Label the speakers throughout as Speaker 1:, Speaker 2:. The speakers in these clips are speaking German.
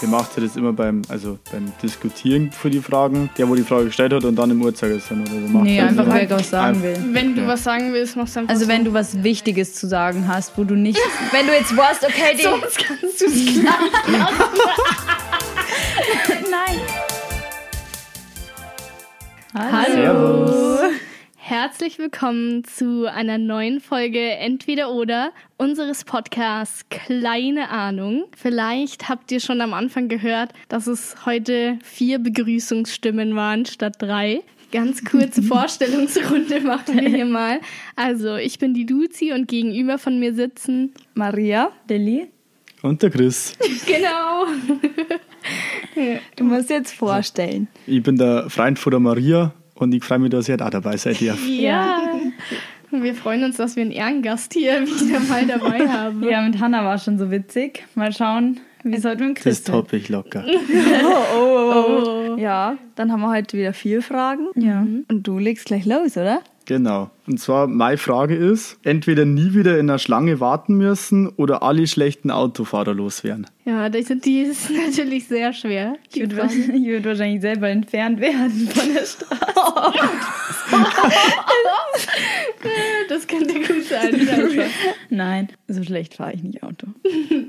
Speaker 1: Wir machten das immer beim, also beim Diskutieren für die Fragen, der, wo die Frage gestellt hat und dann im Uhrzeigersinn oder so. macht
Speaker 2: Nee,
Speaker 1: er das
Speaker 2: einfach
Speaker 1: immer.
Speaker 2: weil ich was sagen will.
Speaker 3: Wenn du
Speaker 1: Ja.
Speaker 3: was sagen willst, machst du einfach.
Speaker 2: Also wenn du was Wichtiges zu sagen hast, wo du nicht... wenn du jetzt warst, okay, den,
Speaker 3: Sonst kannst du es klar.
Speaker 2: Nein.
Speaker 1: Servus.
Speaker 3: Herzlich willkommen zu einer neuen Folge Entweder oder unseres Podcasts Kleine Ahnung. Vielleicht habt ihr schon am Anfang gehört, dass es heute vier Begrüßungsstimmen waren statt drei. Ganz kurze Vorstellungsrunde machen wir hier mal. Also, ich bin die Luzi und gegenüber von mir sitzen
Speaker 2: Maria, Lilly,
Speaker 1: Und der Chris.
Speaker 3: Genau.
Speaker 2: du musst jetzt vorstellen.
Speaker 1: Ich bin der Freund von der Maria und ich freue mich, dass ihr da dabei seid. Ihr.
Speaker 3: Ja. Wir freuen uns, dass wir einen Ehrengast hier wieder mal dabei haben.
Speaker 4: Ja, mit Hanna war schon so witzig. Mal schauen, wie es heute mit dem
Speaker 1: Das
Speaker 4: Chris wird.
Speaker 1: toppe ich locker.
Speaker 2: Ja, dann haben wir heute wieder vier Fragen. Mhm.
Speaker 4: Ja.
Speaker 2: Und du legst gleich los, oder?
Speaker 1: Genau. Und zwar, meine Frage ist, entweder nie wieder in einer Schlange warten müssen oder alle schlechten Autofahrer loswerden.
Speaker 3: Ja, das, die ist natürlich sehr schwer.
Speaker 4: Ich würde würd wahrscheinlich selber entfernt werden von der Straße.
Speaker 3: Das könnte gut sein.
Speaker 4: Nein, so schlecht fahre ich nicht Auto.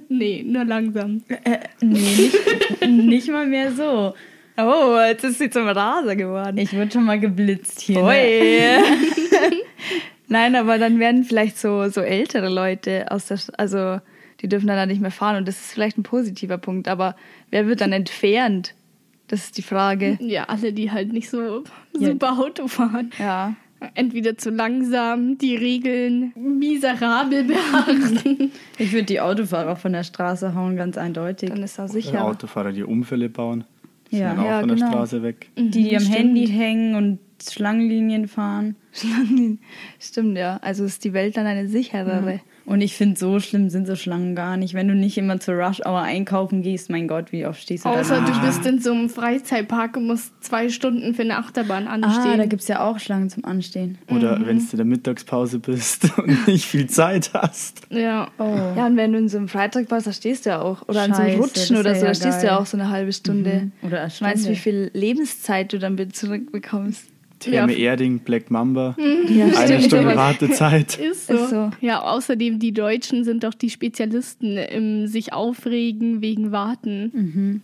Speaker 3: nee, nur langsam.
Speaker 4: Nee, nicht, nicht mal mehr so.
Speaker 2: Oh, jetzt ist sie zum Raser geworden.
Speaker 4: Ich wurde schon mal geblitzt hier. Ne?
Speaker 2: Ui. Nein, aber dann werden vielleicht so, so ältere Leute aus der, Sch- also die dürfen dann da nicht mehr fahren und das ist vielleicht ein positiver Punkt, aber wer wird dann entfernt? Das ist die Frage.
Speaker 3: Ja, alle, die halt nicht so super Auto fahren.
Speaker 2: Ja.
Speaker 3: Entweder zu langsam, die Regeln miserabel beachten.
Speaker 4: Ich würde die Autofahrer von der Straße hauen, ganz eindeutig.
Speaker 2: Dann ist er
Speaker 1: Oder
Speaker 2: sicher.
Speaker 1: Autofahrer, die Unfälle bauen. Die
Speaker 4: Ja.
Speaker 1: sind auch
Speaker 2: Ja,
Speaker 1: von der
Speaker 2: genau.
Speaker 1: Straße weg.
Speaker 4: Die, die am Handy hängen und Schlangenlinien fahren.
Speaker 2: Schlangen. Stimmt, ja. Also ist die Welt dann eine
Speaker 3: Mhm.
Speaker 2: sicherere.
Speaker 4: Und ich finde, so schlimm sind so Schlangen gar nicht. Wenn du nicht immer zur Rush-Hour einkaufen gehst, mein Gott, wie oft stehst du da?
Speaker 3: Außer du bist in so einem Freizeitpark und musst zwei Stunden für eine Achterbahn anstehen.
Speaker 4: Ah, da gibt es ja auch Schlangen zum Anstehen.
Speaker 1: Oder
Speaker 2: Mhm.
Speaker 1: wenn du in der Mittagspause bist und nicht viel Zeit hast.
Speaker 3: ja.
Speaker 4: Oh.
Speaker 2: Ja, und wenn du in so einem Freitag warst, da stehst du ja auch. Oder an so einem
Speaker 4: Scheiße,
Speaker 2: Rutschen
Speaker 4: das
Speaker 2: oder
Speaker 4: wär
Speaker 2: so, da
Speaker 4: ja
Speaker 2: stehst du ja
Speaker 4: geil. Mhm.
Speaker 2: auch so eine halbe Stunde.
Speaker 4: Oder eine Stunde.
Speaker 2: Weißt du, wie viel Lebenszeit du dann wieder zurückbekommst?
Speaker 1: Therme
Speaker 3: Ja.
Speaker 1: Erding, Black Mamba. Eine
Speaker 2: stimmt,
Speaker 1: Stunde
Speaker 2: sowas.
Speaker 1: Wartezeit.
Speaker 3: Ist so.
Speaker 2: Ist so.
Speaker 3: Ja, außerdem die Deutschen sind doch die Spezialisten im sich aufregen wegen Warten.
Speaker 2: Mhm.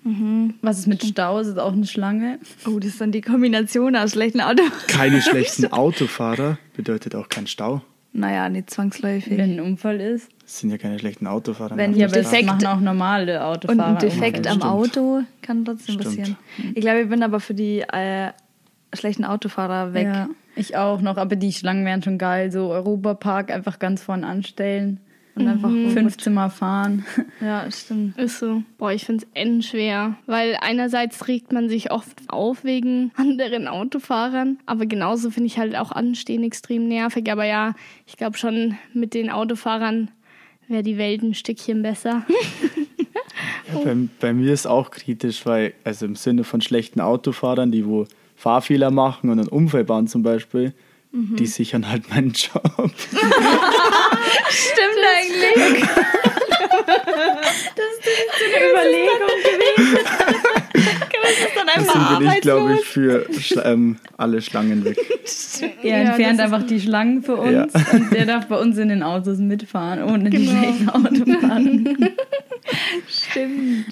Speaker 4: Was ist mit Staus? Ist auch eine Schlange?
Speaker 2: Oh, das ist dann die Kombination aus schlechten Auto.
Speaker 1: Keine schlechten Autofahrer bedeutet auch kein Stau.
Speaker 2: Naja, nicht zwangsläufig.
Speaker 4: Wenn ein Unfall ist?
Speaker 1: Es sind ja keine schlechten Autofahrer.
Speaker 2: Wenn-
Speaker 1: mehr.
Speaker 4: Ja,
Speaker 2: Ein
Speaker 4: aber das
Speaker 2: Defekt.
Speaker 4: machen auch normale Autofahrer.
Speaker 2: Und ein Defekt
Speaker 4: Unfälle.
Speaker 2: am
Speaker 1: Stimmt.
Speaker 2: Auto kann trotzdem
Speaker 1: Stimmt.
Speaker 2: passieren.
Speaker 4: Mhm.
Speaker 2: Ich glaube, ich bin aber für die äh, schlechten Autofahrer weg.
Speaker 4: Ja, ich auch noch, aber die Schlangen wären schon geil. So Europapark einfach ganz vorn anstellen
Speaker 2: Und einfach
Speaker 4: 15 Mal fahren.
Speaker 2: Ja, stimmt.
Speaker 3: Ist so. Boah, ich find's endschwer. Weil einerseits regt man sich oft auf wegen anderen Autofahrern, aber genauso finde ich halt auch Anstehen extrem nervig. Aber ja, ich glaube schon, mit den Autofahrern wäre die Welt ein Stückchen besser.
Speaker 1: Bei, bei mir ist auch kritisch, weil, also im Sinne von schlechten Autofahrern, die wo Fahrfehler machen und einen Unfall bauen zum Beispiel, die sichern halt meinen Job.
Speaker 2: Stimmt eigentlich.
Speaker 4: Überlegung.
Speaker 1: Deswegen bin ich, glaube ich, für Schla- ähm, alle Schlangen weg.
Speaker 4: Er
Speaker 3: Ja,
Speaker 4: entfernt
Speaker 3: das ist
Speaker 4: einfach die Schlangen für
Speaker 1: Ja.
Speaker 4: uns und der darf bei uns in den Autos mitfahren, ohne die
Speaker 3: Genau.
Speaker 4: schlechten Autofahren.
Speaker 2: Stimmt.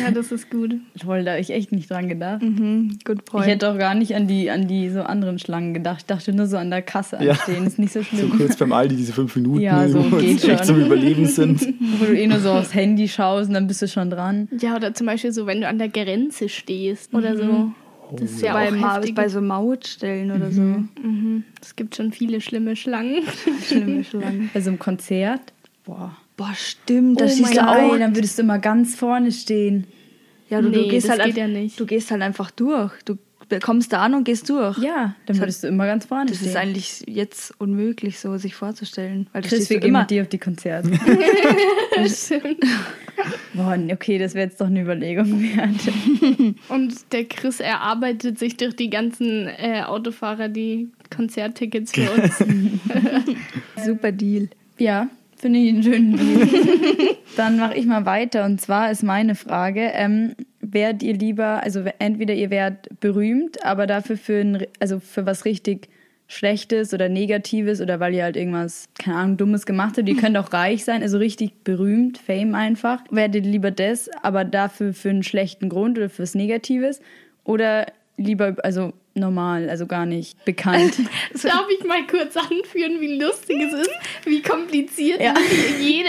Speaker 3: Ja, das ist gut.
Speaker 4: Toll, da habe ich echt nicht dran gedacht.
Speaker 2: Mhm, good
Speaker 4: Ich
Speaker 2: point.
Speaker 4: hätte auch gar nicht an die, an die so anderen Schlangen gedacht. Ich dachte nur so an der Kasse
Speaker 1: Ja.
Speaker 4: anstehen. Ist nicht so
Speaker 1: So
Speaker 4: schlimm.
Speaker 1: kurz beim Aldi, diese fünf Minuten,
Speaker 4: Ja, so
Speaker 1: wo
Speaker 4: geht
Speaker 1: es echt
Speaker 4: schon.
Speaker 1: zum Überleben sind.
Speaker 4: Wo du eh nur so aufs Handy schaust und dann bist du schon dran.
Speaker 3: Ja, oder zum Beispiel so, wenn du an der Grenze stehst oder so. Das ist ja
Speaker 2: Mhm. Oh bei,
Speaker 3: auch
Speaker 2: Ma-
Speaker 3: heftig.
Speaker 2: bei so Mautstellen oder
Speaker 4: Mhm.
Speaker 2: so.
Speaker 3: Es gibt schon viele schlimme Schlangen.
Speaker 2: Schlimme Schlangen.
Speaker 4: Bei so einem Konzert. Boah.
Speaker 2: Boah, stimmt. Da
Speaker 3: Oh
Speaker 2: schießt
Speaker 3: mein
Speaker 2: du
Speaker 4: Geil,
Speaker 2: auch.
Speaker 4: dann würdest du immer ganz vorne stehen.
Speaker 2: Ja, du,
Speaker 3: Nee,
Speaker 2: du gehst
Speaker 3: das
Speaker 2: halt
Speaker 3: geht
Speaker 2: einfach-
Speaker 3: ja nicht.
Speaker 2: Du gehst halt einfach durch. Du kommst da an und gehst durch.
Speaker 4: Ja, dann würdest du immer ganz vorne
Speaker 2: Das
Speaker 4: stehen.
Speaker 2: ist eigentlich jetzt unmöglich, so sich vorzustellen. Weil du
Speaker 4: Chris,
Speaker 2: stehst
Speaker 4: wir
Speaker 2: so
Speaker 4: gehen
Speaker 2: immer.
Speaker 4: mit dir auf die Konzerte. Boah, okay, das wäre jetzt doch eine Überlegung wert.
Speaker 3: Und der Chris erarbeitet sich durch die ganzen äh, Autofahrer die Konzerttickets für uns.
Speaker 2: Super Deal.
Speaker 4: Ja, Finde ich einen schönen Deal. Dann mache ich mal weiter. Und zwar ist meine Frage, ähm, wärt ihr lieber, also entweder ihr wärt berühmt, aber dafür für, ein, also für was richtig Schlechtes oder Negatives oder weil ihr halt irgendwas, keine Ahnung, Dummes gemacht habt. Ihr könnt auch reich sein, also richtig berühmt, Fame einfach. Wärt ihr lieber das, aber dafür für einen schlechten Grund oder fürs Negatives? Oder lieber, also normal, also gar nicht bekannt?
Speaker 3: Darf ich mal kurz anführen, wie lustig es ist, wie kompliziert
Speaker 4: Ja.
Speaker 3: jede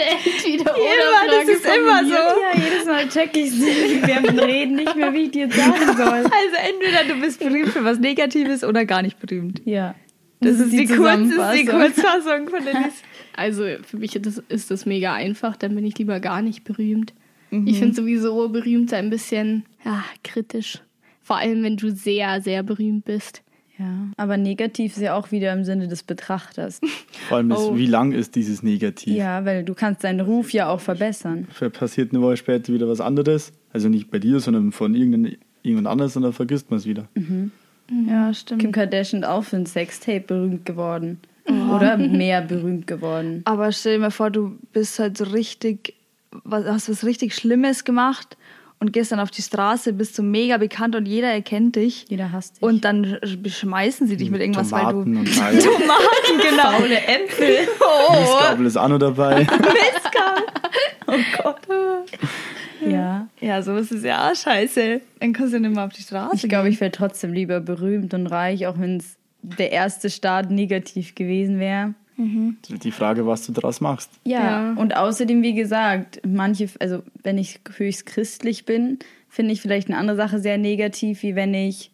Speaker 3: entweder
Speaker 4: Immer,
Speaker 3: oder Frage
Speaker 4: das ist immer so.
Speaker 3: formuliert.
Speaker 4: Ja, jedes Mal check ich sie während Reden nicht mehr, wie ich dir sagen soll.
Speaker 2: Also entweder du bist berühmt für was Negatives oder gar nicht berühmt.
Speaker 4: Ja.
Speaker 2: Das, ist, die kurz, ist die
Speaker 4: Zusammenfassung.
Speaker 2: Kurzfassung von der Liste.
Speaker 3: Also für mich ist das, ist das mega einfach, dann bin ich lieber gar nicht berühmt.
Speaker 4: Mhm.
Speaker 3: Ich finde sowieso berühmt ein bisschen ja, kritisch. Vor allem, wenn du sehr, sehr berühmt bist.
Speaker 4: Ja, aber negativ ist ja auch wieder im Sinne des Betrachters.
Speaker 1: Vor allem, ist,
Speaker 3: Oh.
Speaker 1: wie lang ist dieses Negativ?
Speaker 4: Ja, weil du kannst deinen Ruf ja auch verbessern.
Speaker 1: Ver- Passiert eine Woche später wieder was anderes? Also nicht bei dir, sondern von irgendein- irgendjemand anders und dann vergisst man es wieder.
Speaker 2: Ja, stimmt.
Speaker 4: Kim Kardashian ist auch für ein Sextape berühmt geworden. Oder mehr berühmt geworden.
Speaker 2: Aber stell dir mal vor, du bist halt so richtig, was, hast was richtig Schlimmes gemacht und gehst dann auf die Straße, bist so mega bekannt und jeder erkennt dich.
Speaker 4: Jeder hasst dich.
Speaker 2: Und dann sch- schmeißen sie dich mit irgendwas,
Speaker 1: Tomaten
Speaker 2: weil
Speaker 1: und
Speaker 2: du.
Speaker 1: Eier.
Speaker 2: Tomaten, genau. Oh.
Speaker 4: faule Äpfel.
Speaker 1: Mistgabel ist auch noch dabei.
Speaker 4: Ja.
Speaker 2: Ja, so ist es ja auch scheiße. Dann kannst du nicht mehr auf die Straße.
Speaker 4: Ich glaube, ich wäre trotzdem lieber berühmt und reich, auch wenn es der erste Start negativ gewesen wäre.
Speaker 1: Die Frage, was du daraus machst.
Speaker 4: Ja,
Speaker 3: Ja.
Speaker 4: und außerdem, wie gesagt, manche, also wenn ich höchst christlich bin, finde ich vielleicht eine andere Sache sehr negativ, wie wenn ich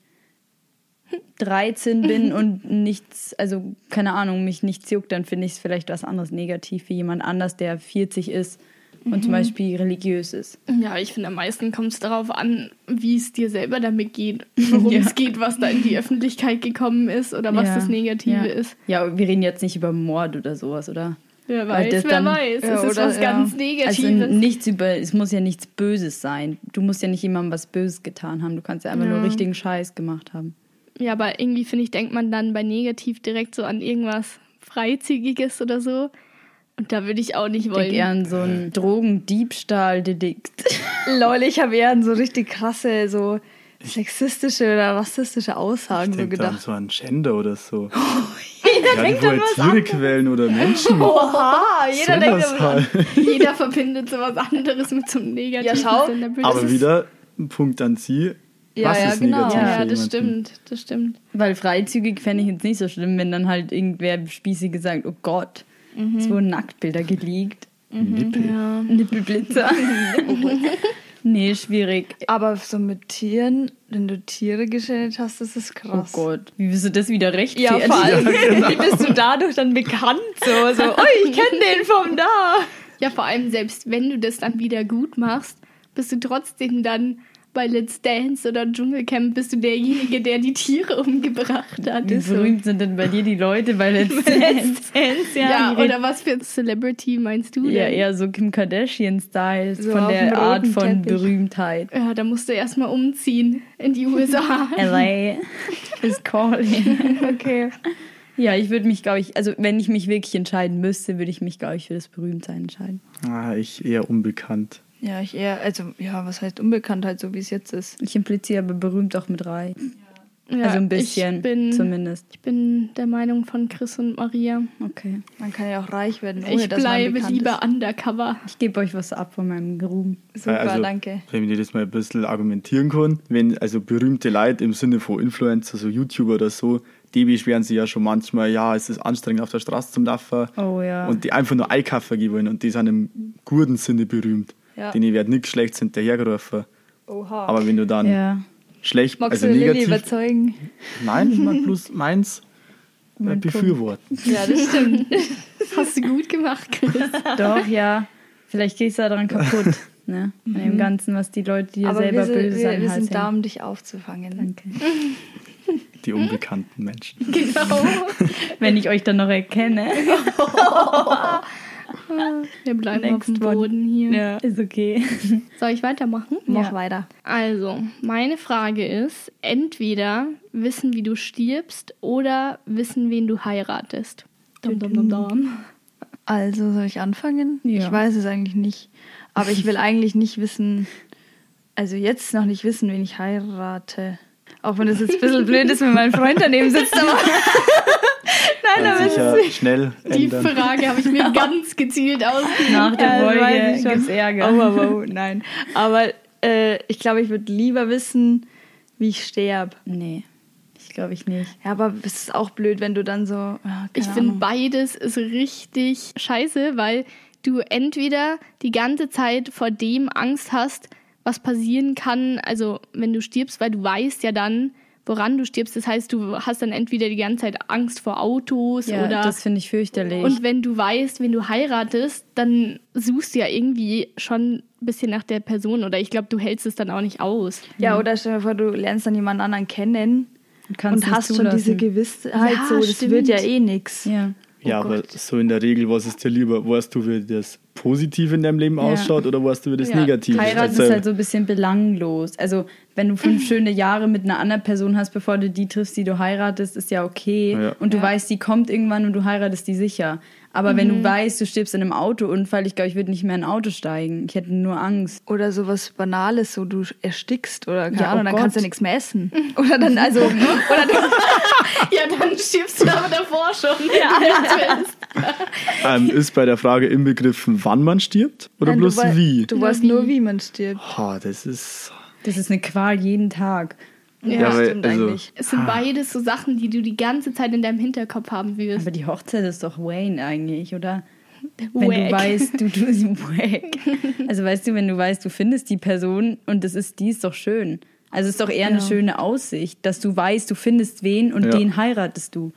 Speaker 4: 13 bin und nichts, also keine Ahnung, mich nichts juckt, dann finde ich es vielleicht was anderes negativ wie jemand anders, der 40 ist und
Speaker 3: Mhm.
Speaker 4: zum Beispiel religiös ist.
Speaker 3: Ja, ich finde, am meisten kommt es darauf an, wie es dir selber damit geht, worum
Speaker 4: Ja.
Speaker 3: es geht, was da in die Öffentlichkeit gekommen ist oder was
Speaker 4: Ja,
Speaker 3: das Negative
Speaker 4: ja.
Speaker 3: ist.
Speaker 4: Ja, wir reden jetzt nicht über Mord oder sowas, oder?
Speaker 3: Wer
Speaker 4: Weil
Speaker 3: weiß,
Speaker 4: das
Speaker 3: wer
Speaker 4: dann-
Speaker 3: weiß.
Speaker 2: Ja,
Speaker 3: es ist
Speaker 2: oder-
Speaker 3: was
Speaker 2: ja.
Speaker 3: ganz
Speaker 4: Also
Speaker 3: Negatives.
Speaker 4: nichts über, es muss ja nichts Böses sein. Du musst ja nicht jemandem was Böses getan haben. Du kannst ja einfach nur richtigen Scheiß gemacht haben.
Speaker 3: ja, aber irgendwie, finde ich, denkt man dann bei Negativ direkt so an irgendwas Freizügiges oder so. Und da würde ich auch nicht
Speaker 4: Denk eher
Speaker 3: wollen.
Speaker 4: an so einen Drogendiebstahl-Delikt.
Speaker 2: Lol, ich habe eher an so richtig krasse, so sexistische oder rassistische Aussagen
Speaker 1: Ich
Speaker 2: so
Speaker 1: denke dann
Speaker 2: gedacht. Oh,
Speaker 1: so an Gender oder so. ja, die wollen Tierquellen oder Menschen.
Speaker 2: Oha, jeder
Speaker 1: Soll
Speaker 2: denkt
Speaker 1: das
Speaker 2: aber
Speaker 1: halt.
Speaker 3: Jeder verbindet so was anderes mit so einem Negativen.
Speaker 2: schau,
Speaker 3: in der Bildung.
Speaker 1: Aber wieder ein Punkt an sie.
Speaker 2: Ja,
Speaker 1: was
Speaker 2: ja,
Speaker 1: ist
Speaker 2: genau.
Speaker 1: negativ
Speaker 3: Ja,
Speaker 1: für
Speaker 3: das
Speaker 1: jemanden?
Speaker 3: stimmt, das stimmt.
Speaker 4: Weil freizügig fände ich jetzt nicht so schlimm, wenn dann halt irgendwer spießig gesagt, oh Gott,
Speaker 2: Mhm.
Speaker 4: es wurden Nacktbilder geleakt.
Speaker 1: Nippel.
Speaker 4: Nippelblitzer. nee, schwierig.
Speaker 2: Aber so mit Tieren, wenn du Tiere geschändet hast, das ist
Speaker 4: Oh
Speaker 2: krass.
Speaker 4: Gott, wie wirst du das wieder
Speaker 2: Ja,
Speaker 4: rechtfertigen?
Speaker 2: genau. vor allem, wie bist du dadurch dann bekannt? So, so oh, ich kenne den vom da.
Speaker 3: Ja, vor allem selbst wenn du das dann wieder gut machst, bist du trotzdem dann bei Let's Dance oder Dschungelcamp bist du derjenige, der die Tiere umgebracht hat.
Speaker 4: Wie berühmt sind denn bei dir die Leute bei Let's Dance?
Speaker 3: Ja,
Speaker 4: Ja,
Speaker 3: oder was für Celebrity meinst du
Speaker 4: ja,
Speaker 3: denn?
Speaker 4: eher so Kim Kardashian-Style,
Speaker 2: Hm, So
Speaker 4: von
Speaker 2: auf dem
Speaker 4: der Art
Speaker 2: roten
Speaker 4: von
Speaker 2: Teppich.
Speaker 4: Berühmtheit.
Speaker 3: Ja, da musst du erstmal umziehen in die USA.
Speaker 4: LA is calling.
Speaker 2: Okay.
Speaker 4: Ja, ich würde mich, glaube ich, also wenn ich mich wirklich entscheiden müsste, würde ich mich, glaube ich, für das Berühmtsein entscheiden.
Speaker 1: Ah, ich eher unbekannt.
Speaker 2: Ja, ich eher, also, ja, was heißt Unbekanntheit, so wie es jetzt ist?
Speaker 4: Ich impliziere aber berühmt auch mit reich.
Speaker 3: Ja,
Speaker 4: also ein bisschen
Speaker 3: Ich bin,
Speaker 4: zumindest. Oh
Speaker 3: ich bin der Meinung von Chris und Maria.
Speaker 4: Okay.
Speaker 2: Man kann ja auch reich werden, ohne
Speaker 3: Ich
Speaker 2: dass man
Speaker 3: bleibe
Speaker 2: bekannt
Speaker 3: lieber undercover.
Speaker 4: Ich gebe euch was ab von meinem Ruhm.
Speaker 2: ist. Super,
Speaker 1: also,
Speaker 2: danke.
Speaker 1: Wenn wir das mal ein bisschen argumentieren können, wenn also berühmte Leute im Sinne von Influencer, so YouTuber oder so, die beschweren sich ja schon manchmal, ja, es ist anstrengend auf der Straße zum Laufen.
Speaker 4: Oh ja.
Speaker 1: Und die einfach nur Einkaufen gehen wollen und die sind im guten Sinne berühmt.
Speaker 2: Ja.
Speaker 1: Denen wird nichts Schlechtes hinterhergerufen.
Speaker 2: Oha.
Speaker 1: Aber wenn du dann
Speaker 4: Ja.
Speaker 1: schlecht,
Speaker 2: Magst
Speaker 1: also
Speaker 2: du Lilly
Speaker 1: negativ.
Speaker 2: überzeugen?
Speaker 1: Nein, ich mag bloß meins äh, befürworten.
Speaker 2: Ja, das stimmt.
Speaker 3: Das hast du gut gemacht, Chris.
Speaker 4: Doch, ja. Vielleicht gehst du daran kaputt. Ne? An dem Ganzen, was die Leute dir
Speaker 2: Mhm. Aber
Speaker 4: selber
Speaker 2: wir sind,
Speaker 4: böse
Speaker 2: wir,
Speaker 4: an
Speaker 2: wir
Speaker 4: den Hals
Speaker 2: sind da,
Speaker 4: hängen.
Speaker 2: um dich aufzufangen.
Speaker 4: Danke.
Speaker 1: Die unbekannten Menschen.
Speaker 3: genau.
Speaker 4: Wenn ich euch dann noch erkenne.
Speaker 3: Wir bleiben
Speaker 4: Next
Speaker 3: auf dem
Speaker 4: one.
Speaker 3: Boden hier.
Speaker 4: Ist okay.
Speaker 3: Soll ich weitermachen?
Speaker 2: Mach
Speaker 4: Ja.
Speaker 2: weiter.
Speaker 3: Also, meine Frage ist, entweder wissen, wie du stirbst oder wissen, wen du heiratest. Dum, dum, dum, dum.
Speaker 2: Also soll ich anfangen?
Speaker 4: Ja.
Speaker 2: Ich weiß es eigentlich nicht. Aber ich will eigentlich nicht wissen, also jetzt noch nicht wissen, wen ich heirate. Auch wenn das jetzt ein bisschen blöd ist, wenn mein Freund daneben sitzt. Aber Nein,
Speaker 1: Kann
Speaker 2: aber
Speaker 1: sich
Speaker 2: es ist
Speaker 1: ja schnell
Speaker 3: Die
Speaker 1: ändern.
Speaker 3: Frage habe ich mir ganz gezielt aus. Äh,
Speaker 4: Nach der
Speaker 2: Ja, weiß
Speaker 4: Folge
Speaker 2: ich schon.
Speaker 4: gibt's Ärger.
Speaker 2: Oh, wow, wow, nein. Aber äh, ich glaube, ich würde lieber wissen, wie ich sterbe.
Speaker 4: Nee, ich glaube ich nicht.
Speaker 2: Ja, aber es ist auch blöd, wenn du dann so. Ja, keine
Speaker 3: Ich finde,
Speaker 2: Ahnung.
Speaker 3: beides ist richtig scheiße, weil du entweder die ganze Zeit vor dem Angst hast, was passieren kann, also wenn du stirbst, weil du weißt ja dann, woran du stirbst. Das heißt, du hast dann entweder die ganze Zeit Angst vor Autos
Speaker 4: Ja,
Speaker 3: oder.
Speaker 4: das finde ich fürchterlich.
Speaker 3: und wenn du weißt, wenn du heiratest, dann suchst du ja irgendwie schon ein bisschen nach der Person oder ich glaube, du hältst es dann auch nicht aus.
Speaker 2: Ja, oder stell dir vor, du lernst dann jemanden anderen kennen
Speaker 4: kannst
Speaker 2: und
Speaker 4: nicht
Speaker 2: hast schon
Speaker 4: zulassen.
Speaker 2: diese Gewissheit,
Speaker 3: Ja,
Speaker 2: so, das
Speaker 3: stimmt.
Speaker 2: wird ja eh nix.
Speaker 4: ja.
Speaker 1: Ja,
Speaker 3: Oh
Speaker 1: aber
Speaker 3: Gott.
Speaker 1: so in der Regel, was ist dir lieber? Weißt du, wie das Positive in deinem Leben ausschaut oder weißt du, wie das
Speaker 3: Ja,
Speaker 1: Negative
Speaker 4: Heirat ist
Speaker 1: Also,
Speaker 4: halt so ein bisschen belanglos. Also, wenn du fünf schöne Jahre mit einer anderen Person hast, bevor du die triffst, die du heiratest, ist ja okay.
Speaker 1: Ja.
Speaker 4: Und du
Speaker 3: Ja.
Speaker 4: weißt, die kommt irgendwann und du heiratest die sicher. Aber wenn du weißt, du stirbst in einem Autounfall, ich glaube, ich würde nicht mehr in ein Auto steigen. Ich hätte nur Angst.
Speaker 2: Oder sowas Banales, so du erstickst oder keine
Speaker 4: Ja, oh
Speaker 2: Ahnung, dann kannst du
Speaker 4: Gott.
Speaker 2: nichts mehr essen. Oder dann, also, oder dann,
Speaker 3: Ja, dann stirbst du aber davor schon. Ja.
Speaker 1: ähm, ist bei der Frage inbegriffen, wann man stirbt oder
Speaker 2: Nein,
Speaker 1: bloß
Speaker 2: du, wei-
Speaker 1: wie?
Speaker 2: Du weißt nur, wie man stirbt.
Speaker 1: Oh, das ist.
Speaker 4: Das ist eine Qual jeden Tag.
Speaker 3: Ja,
Speaker 1: weil-
Speaker 2: stimmt eigentlich.
Speaker 3: Es sind beides so Sachen, die du die ganze Zeit in deinem Hinterkopf haben wirst.
Speaker 4: Aber die Hochzeit ist doch Wayne eigentlich, oder? Wenn
Speaker 3: Wack.
Speaker 4: du weißt, du tust wack. Also weißt du, wenn du weißt, du findest die Person und das ist, die ist doch schön. Also es ist doch eher eine
Speaker 2: Ja.
Speaker 4: schöne Aussicht, dass du weißt, du findest wen und
Speaker 1: Ja.
Speaker 4: den heiratest du.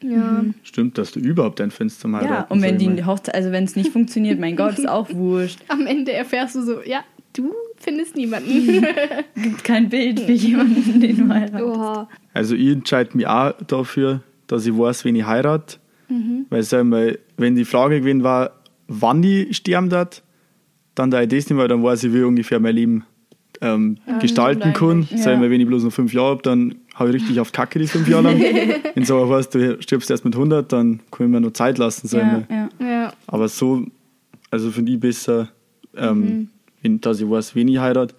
Speaker 3: Ja.
Speaker 1: Stimmt, dass du überhaupt ein Fenster mal
Speaker 4: Ja, und wenn die Hochzeit, also wenn es nicht funktioniert, mein Gott, ist auch wurscht.
Speaker 3: Am Ende erfährst du so, ja, du findest niemanden.
Speaker 4: Gibt kein Bild für jemanden, den
Speaker 2: Oh.
Speaker 4: du heiratest.
Speaker 2: Oha.
Speaker 1: Also ich entscheide mich auch dafür, dass ich weiß, wen ich heirate.
Speaker 4: Mhm.
Speaker 1: Weil sagen wir, wenn die Frage gewesen war, wann die sterben wird, dann da ich das nicht mehr, dann weiß ich, wie ich ungefähr mein Leben ähm, gestalten
Speaker 3: stimmt
Speaker 1: kann.
Speaker 4: eigentlich.
Speaker 1: Sagen wir,
Speaker 4: Ja.
Speaker 1: wenn ich bloß noch fünf Jahre habe, dann hau ich richtig auf Kacke die fünf Jahre lang. wenn du aber weißt, du stirbst erst mit 100, dann kann ich mir noch Zeit lassen. Sagen
Speaker 4: Ja,
Speaker 1: wir.
Speaker 4: ja.
Speaker 3: ja.
Speaker 1: Aber so, also finde ich besser, ähm,
Speaker 4: Mhm.
Speaker 1: wenn, dass ich weiß, wen ich heirate.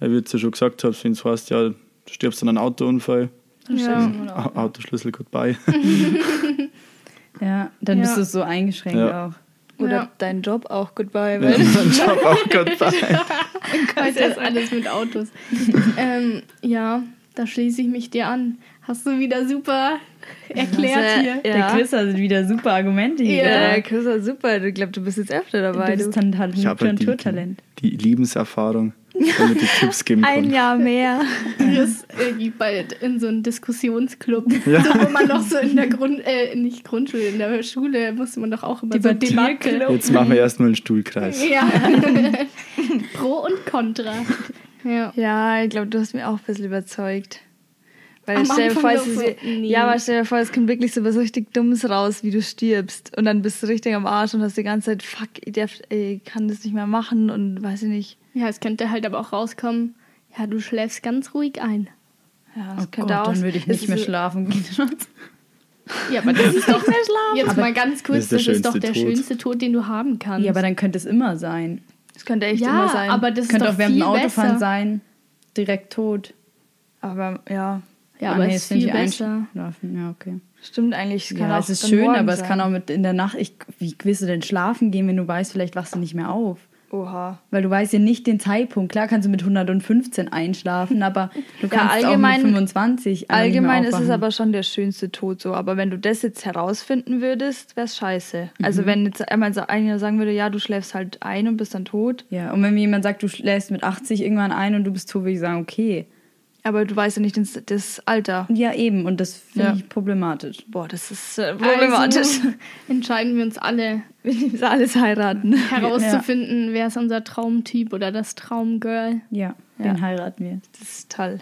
Speaker 1: Weil, wie ich ja schon gesagt habe, wenn es heißt, ja, du stirbst an einem Autounfall,
Speaker 3: ja.
Speaker 1: Au- Autoschlüssel, goodbye.
Speaker 4: ja dann
Speaker 3: Ja.
Speaker 4: bist du so eingeschränkt
Speaker 1: Ja.
Speaker 4: auch.
Speaker 2: Oder
Speaker 3: Ja.
Speaker 2: dein Job auch goodbye. Weil
Speaker 1: Mein Job auch goodbye.
Speaker 3: Heute ist alles mit Autos. ähm, ja, da schließe ich mich dir an. Hast du wieder super erklärt hier.
Speaker 2: Ja.
Speaker 4: Der Chris hat wieder super Argumente hier.
Speaker 2: Ja,
Speaker 4: gebracht.
Speaker 2: Chris, war super. Du glaubst, du bist jetzt öfter dabei.
Speaker 4: Du
Speaker 2: Du
Speaker 4: bist dann halt
Speaker 1: Ich
Speaker 4: ein
Speaker 1: habe halt die,
Speaker 4: Naturtalent.
Speaker 1: die Lebenserfahrung, damit ich Tipps geben
Speaker 2: ein
Speaker 1: kann.
Speaker 2: Jahr mehr.
Speaker 3: Chris irgendwie bald in so einen Diskussionsclub,
Speaker 1: Ja.
Speaker 3: so, wo man noch so in der Grund, äh, nicht Grundschule, in der Schule musste man doch auch immer so
Speaker 4: Debattierclub.
Speaker 3: Debatte.
Speaker 1: Jetzt machen wir erstmal einen Stuhlkreis.
Speaker 3: Ja. Pro und Contra. Ja.
Speaker 2: Ja, ich glaube, du hast mich auch ein bisschen überzeugt. Weil
Speaker 3: Am
Speaker 2: ich stell dir
Speaker 3: Anfang
Speaker 2: vor,
Speaker 3: noch
Speaker 2: es ist,
Speaker 3: so, nee.
Speaker 2: Ja, aber stell dir vor, es kommt wirklich so was richtig Dummes raus, wie du stirbst. Und dann bist du richtig am Arsch und hast die ganze Zeit, fuck, ich, darf, ich kann das nicht mehr machen und weiß ich nicht.
Speaker 3: Ja, es könnte halt aber auch rauskommen, ja, du schläfst ganz ruhig ein.
Speaker 2: Ja, das
Speaker 4: Oh Gott, dann würde ich
Speaker 2: es
Speaker 4: nicht mehr
Speaker 2: ist-
Speaker 4: schlafen gehen.
Speaker 3: Ja, aber das ist doch
Speaker 2: Mehr schlafen.
Speaker 3: jetzt mal ganz
Speaker 1: Das
Speaker 3: kurz, das
Speaker 1: ist
Speaker 3: ist,
Speaker 1: der
Speaker 3: doch
Speaker 1: schönste
Speaker 3: der
Speaker 1: Tod.
Speaker 3: schönste Tod, den du haben kannst.
Speaker 4: Ja, aber dann könnte es immer sein.
Speaker 2: Das könnte echt
Speaker 3: ja,
Speaker 2: immer sein.
Speaker 3: aber das
Speaker 4: könnte
Speaker 3: ist doch
Speaker 4: auch während
Speaker 3: viel
Speaker 4: dem Autofahren
Speaker 3: besser.
Speaker 4: sein. Direkt tot.
Speaker 2: aber ja,
Speaker 3: Ja,
Speaker 4: Ah,
Speaker 3: aber
Speaker 4: nee,
Speaker 3: es ist
Speaker 4: das finde
Speaker 3: viel
Speaker 4: ich
Speaker 3: besser.
Speaker 4: einschlafen. Ja, okay.
Speaker 2: stimmt eigentlich. Es kann
Speaker 4: Ja,
Speaker 2: auch
Speaker 4: es ist
Speaker 2: dann
Speaker 4: schön,
Speaker 2: morgen
Speaker 4: aber es
Speaker 2: sein.
Speaker 4: kann auch mit in der Nacht. Ich, wie willst du denn schlafen gehen, wenn du weißt, vielleicht wachst du nicht mehr auf?
Speaker 2: Oha.
Speaker 4: Weil du weißt ja nicht den Zeitpunkt. Klar kannst du mit 115 einschlafen, aber du kannst
Speaker 2: allgemein-
Speaker 4: auch mit 25 einfach nicht mehr
Speaker 2: Allgemein ist es
Speaker 4: aufwachen.
Speaker 2: aber schon der schönste Tod so. Aber wenn du das jetzt herausfinden würdest, wäre es scheiße.
Speaker 4: Mhm.
Speaker 2: Also wenn jetzt einmal so einer sagen würde, ja, du schläfst halt ein und bist dann tot,
Speaker 4: Ja, und wenn mir jemand sagt, du schläfst mit 80 irgendwann ein und du bist tot, würde ich sagen, okay.
Speaker 2: aber du weißt ja nicht das, das Alter.
Speaker 4: Ja, eben. Und das finde
Speaker 2: Ja.
Speaker 4: ich problematisch.
Speaker 2: Boah, das ist äh, problematisch.
Speaker 3: Also, entscheiden wir uns alle
Speaker 2: Wir müssen alles heiraten.
Speaker 3: herauszufinden, wer ist unser Traumtyp oder das Traumgirl.
Speaker 4: Ja,
Speaker 2: Ja.
Speaker 4: den heiraten wir.
Speaker 2: Das ist toll.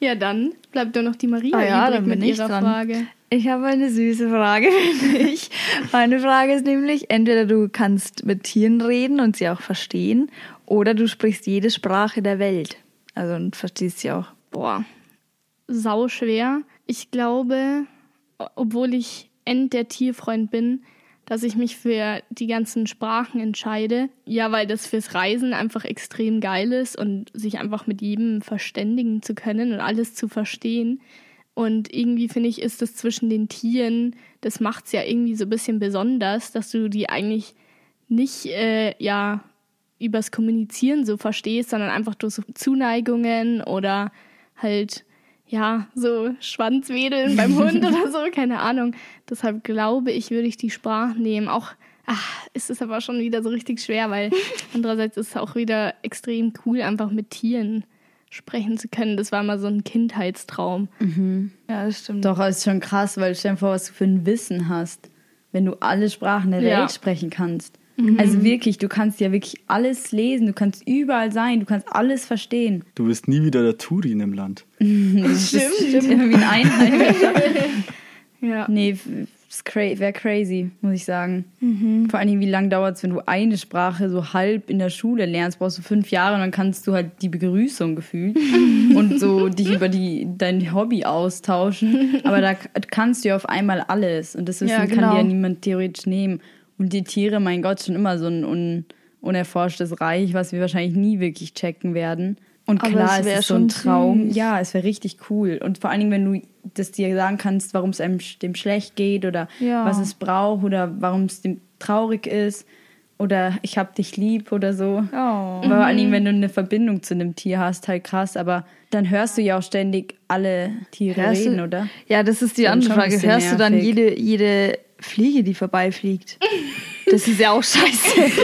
Speaker 3: Ja, dann bleibt doch noch die Maria
Speaker 2: Ah ja,
Speaker 3: übrig
Speaker 2: dann
Speaker 3: mit
Speaker 2: bin ich
Speaker 3: ihrer
Speaker 2: dran.
Speaker 3: Frage.
Speaker 2: Ich habe eine süße Frage für dich. Meine Frage ist nämlich, entweder du kannst mit Tieren reden und sie auch verstehen, oder du sprichst jede Sprache der Welt. Also und verstehst sie auch.
Speaker 3: Boah, sau schwer. Ich glaube, obwohl ich end der Tierfreund bin, dass ich mich für die ganzen Sprachen entscheide. Ja, weil das fürs Reisen einfach extrem geil ist und sich einfach mit jedem verständigen zu können und alles zu verstehen. Und irgendwie finde ich, ist das zwischen den Tieren, das macht es ja irgendwie so ein bisschen besonders, dass du die eigentlich nicht, äh, ja, übers Kommunizieren so verstehst, sondern einfach durch so Zuneigungen oder halt ja, so Schwanzwedeln beim Hund oder so, keine Ahnung. Deshalb glaube ich, würde ich die Sprache nehmen. Auch ach, ist es aber schon wieder so richtig schwer, weil andererseits ist es auch wieder extrem cool, einfach mit Tieren sprechen zu können. Das war mal so ein Kindheitstraum.
Speaker 2: Ja, das stimmt.
Speaker 4: Doch, aber ist schon krass, weil stell dir vor, was du für ein Wissen hast, wenn du alle Sprachen der
Speaker 3: Ja.
Speaker 4: Welt sprechen kannst. Also wirklich, du kannst ja wirklich alles lesen, du kannst überall sein, du kannst alles verstehen.
Speaker 1: Du wirst nie wieder der Touri in dem Land.
Speaker 4: Stimmt, stimmt. Immer wie ein Einheimischer.
Speaker 3: Ja.
Speaker 4: nee, wäre crazy, muss ich sagen.
Speaker 2: Mhm.
Speaker 4: Vor allen Dingen, wie lange dauert es, wenn du eine Sprache so halb in der Schule lernst? Brauchst du fünf Jahre und dann kannst du halt die Begrüßung gefühlt und so dich über die, dein Hobby austauschen. Aber da k- kannst du ja auf einmal alles und das Wissen
Speaker 2: Ja,
Speaker 4: kann
Speaker 2: genau.
Speaker 4: dir ja niemand theoretisch nehmen. Und die Tiere, mein Gott, schon immer so ein un, unerforschtes Reich, was wir wahrscheinlich nie wirklich checken werden. Und
Speaker 2: Aber
Speaker 4: klar,
Speaker 2: es
Speaker 4: es
Speaker 2: wär
Speaker 4: ist so ein
Speaker 2: schon
Speaker 4: Traum.
Speaker 2: süß.
Speaker 4: Ja, es wäre richtig cool. Und vor allen Dingen, wenn du das dir sagen kannst, warum es einem sch- dem schlecht geht oder
Speaker 2: Ja.
Speaker 4: was es braucht oder warum es dem traurig ist oder ich hab dich lieb oder so.
Speaker 2: Oh.
Speaker 4: Aber vor allen
Speaker 3: Mhm.
Speaker 4: Dingen, wenn du eine Verbindung zu einem Tier hast, halt krass. Aber dann hörst du ja auch ständig alle Tiere
Speaker 2: Hörst du-
Speaker 4: reden, oder?
Speaker 2: Ja, das ist die
Speaker 4: Dann
Speaker 2: andere
Speaker 4: schon ein
Speaker 2: Frage.
Speaker 4: bisschen
Speaker 2: Hörst du dann
Speaker 4: nervig.
Speaker 2: jede, jede Fliege, die vorbeifliegt? Das ist ja auch scheiße.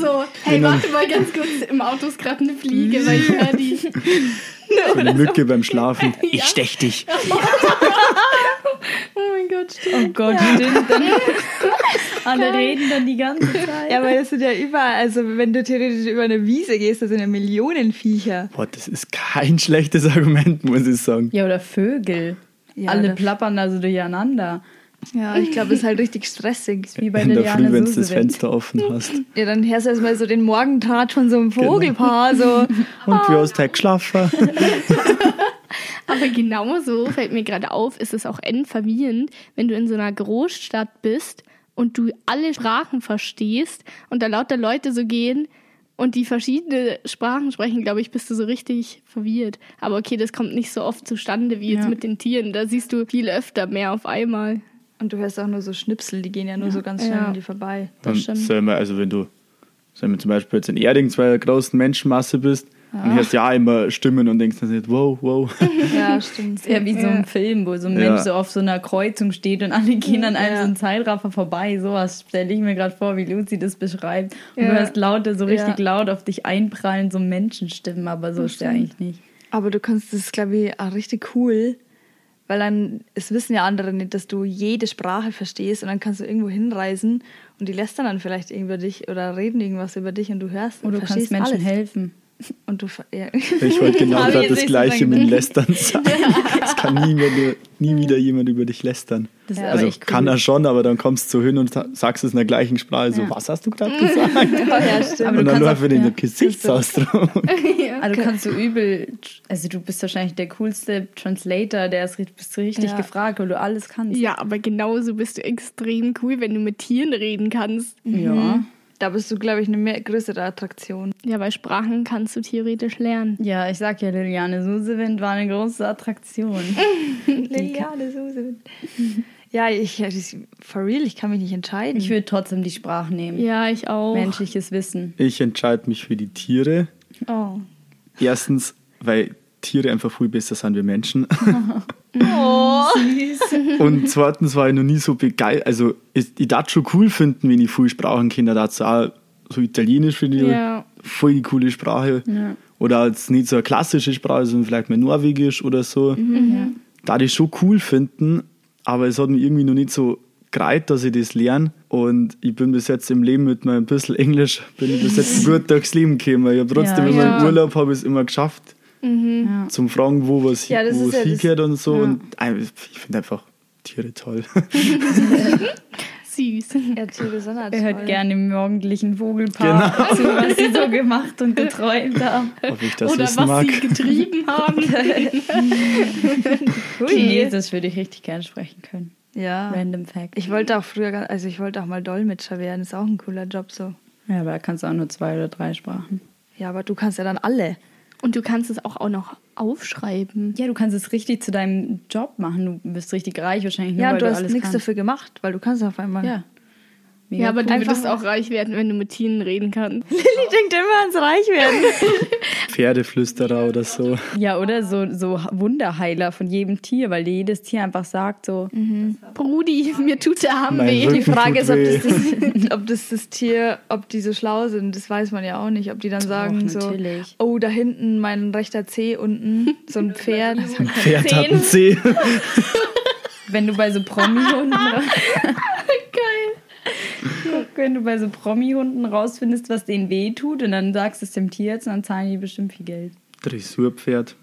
Speaker 3: So, hey, warte mal ganz kurz, im Auto ist gerade eine Fliege, weil ich höre die.
Speaker 1: So eine Mücke beim Schlafen.
Speaker 3: Ja.
Speaker 1: Ich stech dich.
Speaker 3: Oh mein Gott, stimmt.
Speaker 4: Oh Gott, stimmt. Dann alle reden dann die ganze Zeit.
Speaker 2: ja, weil das sind ja überall, also wenn du theoretisch über eine Wiese gehst, das sind ja Millionen Viecher.
Speaker 1: Boah, das ist kein schlechtes Argument, muss ich sagen.
Speaker 4: Ja, oder Vögel.
Speaker 2: Ja,
Speaker 4: alle
Speaker 2: das-
Speaker 4: plappern da so durcheinander.
Speaker 2: Ja, ich glaube, das ist halt richtig stressig.
Speaker 4: Wie bei
Speaker 1: In der Früh,
Speaker 4: Liliane
Speaker 1: wenn du das
Speaker 4: Susewitz.
Speaker 1: Fenster offen hast.
Speaker 2: Ja, dann hörst du erstmal so den Morgentat von so einem
Speaker 4: Genau.
Speaker 2: Vogelpaar, so.
Speaker 1: Und wie hast du heute geschlafen?
Speaker 3: Aber genauso fällt mir gerade auf, ist es auch end verwirrend, wenn du in so einer Großstadt bist und du alle Sprachen verstehst und da lauter Leute so gehen und die verschiedene Sprachen sprechen, glaube ich, bist du so richtig verwirrt. Aber okay, das kommt nicht so oft zustande wie jetzt
Speaker 4: Ja.
Speaker 3: mit den Tieren. Da siehst du viel öfter mehr auf einmal.
Speaker 2: Und du hörst auch nur so Schnipsel, die gehen ja nur so ganz schnell
Speaker 3: Ja.
Speaker 2: an dir vorbei.
Speaker 1: Dann
Speaker 3: stimmt.
Speaker 1: Sollen wir, also wenn du sollen wir zum Beispiel jetzt in Erding zu einer großen Menschenmasse bist und hörst ja auch immer Stimmen und denkst dann nicht, wow, wow.
Speaker 2: Ja, stimmt.
Speaker 4: Ja, wie so ein Film, wo so ein
Speaker 1: Ja.
Speaker 4: Mensch so auf so einer Kreuzung steht und alle gehen an einem
Speaker 2: Ja.
Speaker 4: so einen Zeitraffer vorbei. Sowas stelle ich mir gerade vor, wie Lucy das beschreibt. Und
Speaker 2: Ja.
Speaker 4: du hörst laute, so richtig
Speaker 2: Ja.
Speaker 4: laut auf dich einprallen, so Menschenstimmen, aber so ist der eigentlich nicht.
Speaker 2: Aber du kannst das, glaube ich, auch richtig cool, weil dann, es wissen ja andere nicht, dass du jede Sprache verstehst und dann kannst du irgendwo hinreisen und die lästern dann vielleicht über dich oder reden irgendwas über dich und du hörst und
Speaker 4: Oder du kannst
Speaker 2: verstehst
Speaker 4: Menschen
Speaker 2: alles.
Speaker 4: helfen.
Speaker 2: Und du, ver- ja.
Speaker 1: Ich wollte genau
Speaker 2: Aber
Speaker 1: gerade
Speaker 2: ihr
Speaker 1: das
Speaker 2: seht
Speaker 1: Gleiche
Speaker 2: sozusagen-
Speaker 1: mit dem Lästern sagen. Es kann nie, mehr, nur- nie wieder jemand über dich lästern.
Speaker 4: Das ist aber
Speaker 1: also
Speaker 4: echt cool.
Speaker 1: kann er schon, aber dann kommst du hin und sa- sagst es in der gleichen Sprache. So, was hast du gerade gesagt?
Speaker 2: Oh, ja, stimmt.
Speaker 4: Aber
Speaker 1: und
Speaker 4: du
Speaker 1: dann
Speaker 4: kannst
Speaker 1: nur
Speaker 4: auch-
Speaker 1: für den
Speaker 4: ja.
Speaker 1: Gesichtsausdruck.
Speaker 4: Also kannst du übel, also du bist wahrscheinlich der coolste Translator, der ist, ri- bist du richtig
Speaker 2: Ja.
Speaker 4: gefragt, weil du alles kannst.
Speaker 3: Ja, aber genauso bist du extrem cool, wenn du mit Tieren reden kannst.
Speaker 4: Ja.
Speaker 2: Da bist du, glaube ich, eine mehr, größere Attraktion.
Speaker 3: Ja, weil Sprachen kannst du theoretisch lernen.
Speaker 4: Ja, ich sag ja, Liliane Susewind war eine große Attraktion.
Speaker 2: Liliane Soße. Ja, ich, ja, das- for real, ich kann mich nicht entscheiden.
Speaker 4: Ich würde trotzdem die Sprache nehmen.
Speaker 3: Ja, ich auch.
Speaker 4: Menschliches Wissen.
Speaker 1: Ich entscheide mich für die Tiere.
Speaker 2: oh.
Speaker 1: Erstens, weil Tiere einfach viel besser sind wie Menschen. Und zweitens war ich noch nie so begeistert. Also, ich, ich darf schon cool finden, wenn ich viele Sprachen kenne. Dazu auch so Italienisch finde ich
Speaker 3: Ja.
Speaker 1: voll die coole Sprache. Oder jetzt nicht so eine klassische Sprache, sondern vielleicht mal Norwegisch oder so.
Speaker 3: Mhm.
Speaker 1: Da ich schon cool finden, aber es hat mich irgendwie noch nicht so gereiht, dass ich das lerne. Und ich bin bis jetzt im Leben mit meinem bisschen Englisch, bin ich bis jetzt gut durchs Leben gekommen. Ich habe trotzdem
Speaker 4: Ja.
Speaker 1: immer
Speaker 3: Ja.
Speaker 1: im Urlaub habe ich es immer geschafft, zum Fragen, wo was
Speaker 2: Ja, das
Speaker 1: wo
Speaker 2: ist ja das-
Speaker 1: hingeht und so. Und ein- ich finde einfach Tiere toll.
Speaker 3: Süß.
Speaker 2: Ja, Tiere sind halt
Speaker 4: Ihr hört
Speaker 2: toll.
Speaker 4: gerne im morgendlichen Vogelpaar zu, was sie so gemacht und geträumt haben.
Speaker 1: Ob ich das
Speaker 3: Oder
Speaker 1: wissen
Speaker 3: was
Speaker 1: mag.
Speaker 3: sie getrieben haben.
Speaker 4: Chinesisch würde ich richtig gerne sprechen können.
Speaker 2: Ja.
Speaker 4: Random Fact.
Speaker 2: Ich wollte auch früher, ganz- also ich wollte auch mal Dolmetscher werden. Ist auch ein cooler Job so.
Speaker 4: ja, aber da kannst du auch nur zwei oder drei Sprachen.
Speaker 2: Ja, aber du kannst ja dann alle.
Speaker 3: Und du kannst es auch, auch noch aufschreiben.
Speaker 4: Ja, du kannst es richtig zu deinem Job machen. Du bist richtig reich wahrscheinlich. Nur,
Speaker 2: Ja,
Speaker 4: weil
Speaker 2: du hast
Speaker 4: alles
Speaker 2: nichts
Speaker 4: kannst.
Speaker 2: dafür gemacht, weil du kannst auf einmal.
Speaker 4: Ja. Mega
Speaker 3: Ja, aber
Speaker 4: cool.
Speaker 3: du würdest
Speaker 2: Einfach-
Speaker 3: auch reich werden, wenn du mit Tinen reden kannst.
Speaker 2: Lilly denkt immer ans Reichwerden.
Speaker 1: Pferdeflüsterer oder so.
Speaker 4: ja, oder so, so Wunderheiler von jedem Tier, weil jedes Tier einfach sagt so,
Speaker 3: Brudi, mir tut der Arm
Speaker 1: Mein
Speaker 3: weh.
Speaker 1: Rücken
Speaker 2: Die Frage ist,
Speaker 1: tut
Speaker 2: ob
Speaker 1: weh.
Speaker 2: das, das, ob das das Tier, ob die so schlau sind, das weiß man ja auch nicht. Ob die dann sagen so,
Speaker 4: natürlich.
Speaker 2: oh, da hinten mein rechter Zeh unten, so ein Pferd.
Speaker 1: Pferd hat einen Zeh.
Speaker 4: wenn du bei so Promi-Hunden
Speaker 3: Geil.
Speaker 4: wenn du bei so Promi-Hunden rausfindest, was denen weh tut und dann sagst du es dem Tierarzt und dann zahlen die bestimmt viel Geld.
Speaker 1: Dressurpferd.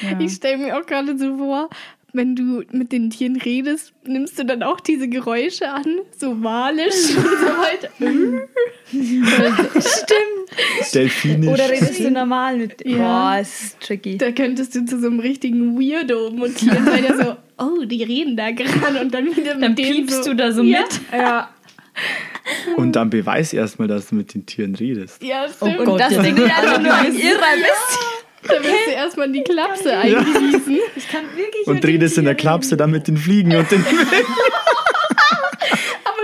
Speaker 4: Ja.
Speaker 3: Ich stelle mir auch gerade so vor, wenn du mit den Tieren redest, nimmst du dann auch diese Geräusche an, so walisch und so weiter.
Speaker 2: Stimmt.
Speaker 1: Delfinisch.
Speaker 2: Oder redest du normal mit.
Speaker 3: Ja.
Speaker 2: Boah, es ist tricky.
Speaker 3: Da könntest du zu so einem richtigen Weirdo mutieren, weil der so, oh, die reden da gerade und dann wieder mit
Speaker 4: Dann
Speaker 3: denen
Speaker 4: piepst
Speaker 3: so,
Speaker 4: du da so
Speaker 3: ja,
Speaker 4: mit.
Speaker 2: Ja.
Speaker 1: Und dann beweis erstmal, dass du mit den Tieren redest.
Speaker 3: Ja, stimmt.
Speaker 4: Gott,
Speaker 2: Dass
Speaker 4: ja.
Speaker 2: du nicht einfach nur ein Irrer bist.
Speaker 3: Da wirst du erstmal in die Klapse eingießen.
Speaker 2: Ich kann wirklich
Speaker 1: Und redest in der Klapse dann mit den Fliegen und den
Speaker 3: Aber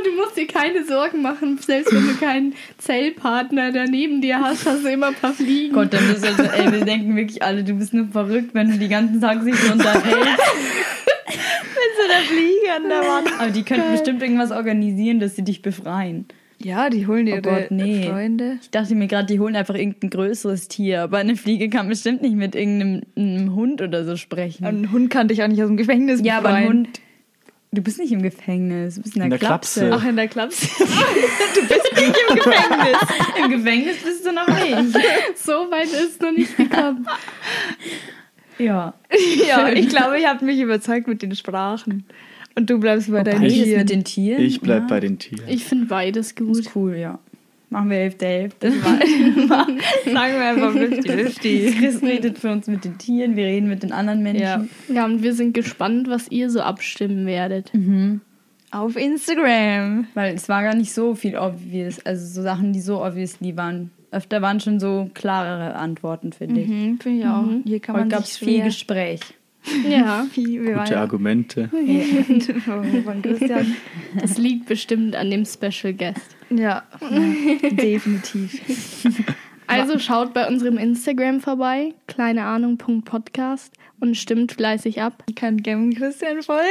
Speaker 3: du musst dir keine Sorgen machen, selbst wenn du keinen Zellpartner daneben dir hast, hast du immer ein paar Fliegen.
Speaker 4: Gott, dann bist du also, ey, wir denken wirklich alle, du bist nur verrückt, wenn du die ganzen Tag sich so unterhältst.
Speaker 2: so der Flieger an der Wand.
Speaker 4: Aber die könnten bestimmt irgendwas organisieren, dass sie dich befreien.
Speaker 2: Ja, die holen ihre
Speaker 4: Oh Gott, nee.
Speaker 2: Freunde.
Speaker 4: Ich dachte mir gerade, die holen einfach irgendein größeres Tier, aber eine Fliege kann bestimmt nicht mit irgendeinem einem Hund oder so sprechen.
Speaker 2: Ein Hund kann dich auch nicht aus dem Gefängnis
Speaker 4: ja, aber ein
Speaker 2: befreien.
Speaker 4: Hund. Du bist nicht im Gefängnis, du bist in der,
Speaker 1: In der
Speaker 4: Klapse.
Speaker 1: Klapse.
Speaker 2: Ach, in der Klapse. du bist nicht im Gefängnis.
Speaker 4: Ach, Im Gefängnis bist du noch nicht.
Speaker 3: So weit ist noch nicht gekommen.
Speaker 4: Ja.
Speaker 2: ja, ich glaube, ich habe mich überzeugt mit den Sprachen. Und du bleibst bei deinen
Speaker 4: Beides
Speaker 2: Tieren.
Speaker 4: mit den Tieren.
Speaker 1: Ich bleib
Speaker 4: ja.
Speaker 1: bei den Tieren.
Speaker 3: Ich finde beides gut.
Speaker 4: Ist cool, ja. Machen wir Hälfte Hälfte.
Speaker 2: Sagen wir einfach 50-50.
Speaker 4: Chris redet für uns mit den Tieren, wir reden mit den anderen Menschen.
Speaker 2: Ja.
Speaker 3: Ja, und wir sind gespannt, was ihr so abstimmen werdet.
Speaker 2: Mhm. Auf Instagram.
Speaker 4: Weil es war gar nicht so viel obvious, also so Sachen, die so obviously waren. Öfter waren schon so klarere Antworten, finde ich.
Speaker 2: Mhm, Finde ich auch. Hier kann
Speaker 4: Heute
Speaker 2: man
Speaker 4: gab
Speaker 2: sich
Speaker 4: es viel
Speaker 2: schwer-
Speaker 4: Gespräch.
Speaker 3: Ja,
Speaker 2: viel wir waren
Speaker 1: Gute
Speaker 2: ja-
Speaker 1: Argumente.
Speaker 2: von von Christian.
Speaker 3: das liegt bestimmt an dem Special Guest.
Speaker 2: Ja, definitiv.
Speaker 3: Also schaut bei unserem Instagram vorbei, kleineahnung.podcast und stimmt fleißig ab.
Speaker 2: Ich kann gerne Christian folgen.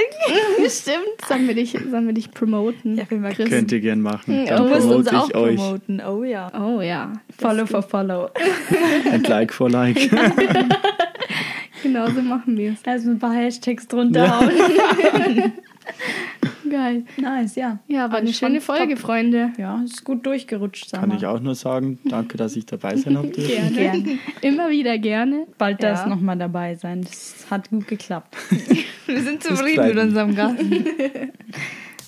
Speaker 3: Stimmt, sollen wir dich, sollen wir dich promoten?
Speaker 2: Ja, wir
Speaker 3: Chris.
Speaker 1: Könnt ihr gern machen.
Speaker 2: Du
Speaker 1: Dann
Speaker 2: musst uns
Speaker 1: promote
Speaker 2: auch
Speaker 1: ich euch.
Speaker 2: promoten. Oh ja.
Speaker 3: Oh ja,
Speaker 4: Follow for follow.
Speaker 1: Und Like for Like.
Speaker 3: genau so machen wir es.
Speaker 4: Erst ein paar Hashtags drunter hauen.
Speaker 3: Geil.
Speaker 4: Nice, ja.
Speaker 3: Ja, war
Speaker 4: Aber
Speaker 3: eine
Speaker 4: schon
Speaker 3: schöne Folge, Freunde.
Speaker 4: Ja, ist gut durchgerutscht, sag
Speaker 1: Kann
Speaker 4: mal.
Speaker 1: ich auch nur sagen, danke, dass ich dabei sein durfte.
Speaker 3: Gerne.
Speaker 4: Gerne.
Speaker 3: Immer wieder gerne.
Speaker 4: Bald
Speaker 2: Ja.
Speaker 4: das nochmal dabei sein. Das hat gut geklappt.
Speaker 2: Wir sind
Speaker 1: Das
Speaker 2: zufrieden
Speaker 1: bleibt
Speaker 2: mit unserem Gast.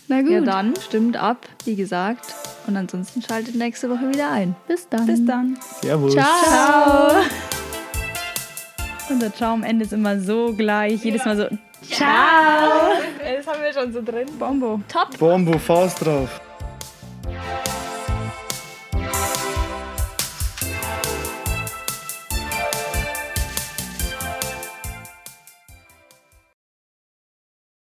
Speaker 3: Na gut,
Speaker 2: Ja, dann stimmt ab, wie gesagt. Und ansonsten schaltet nächste Woche wieder ein.
Speaker 3: bis dann.
Speaker 4: Bis dann.
Speaker 1: Servus.
Speaker 3: Ciao.
Speaker 4: Unser Ciao am Ende ist immer so gleich. Jedes Mal so
Speaker 2: Das haben wir schon so drin.
Speaker 4: Bombo.
Speaker 1: Bombo, Faust drauf.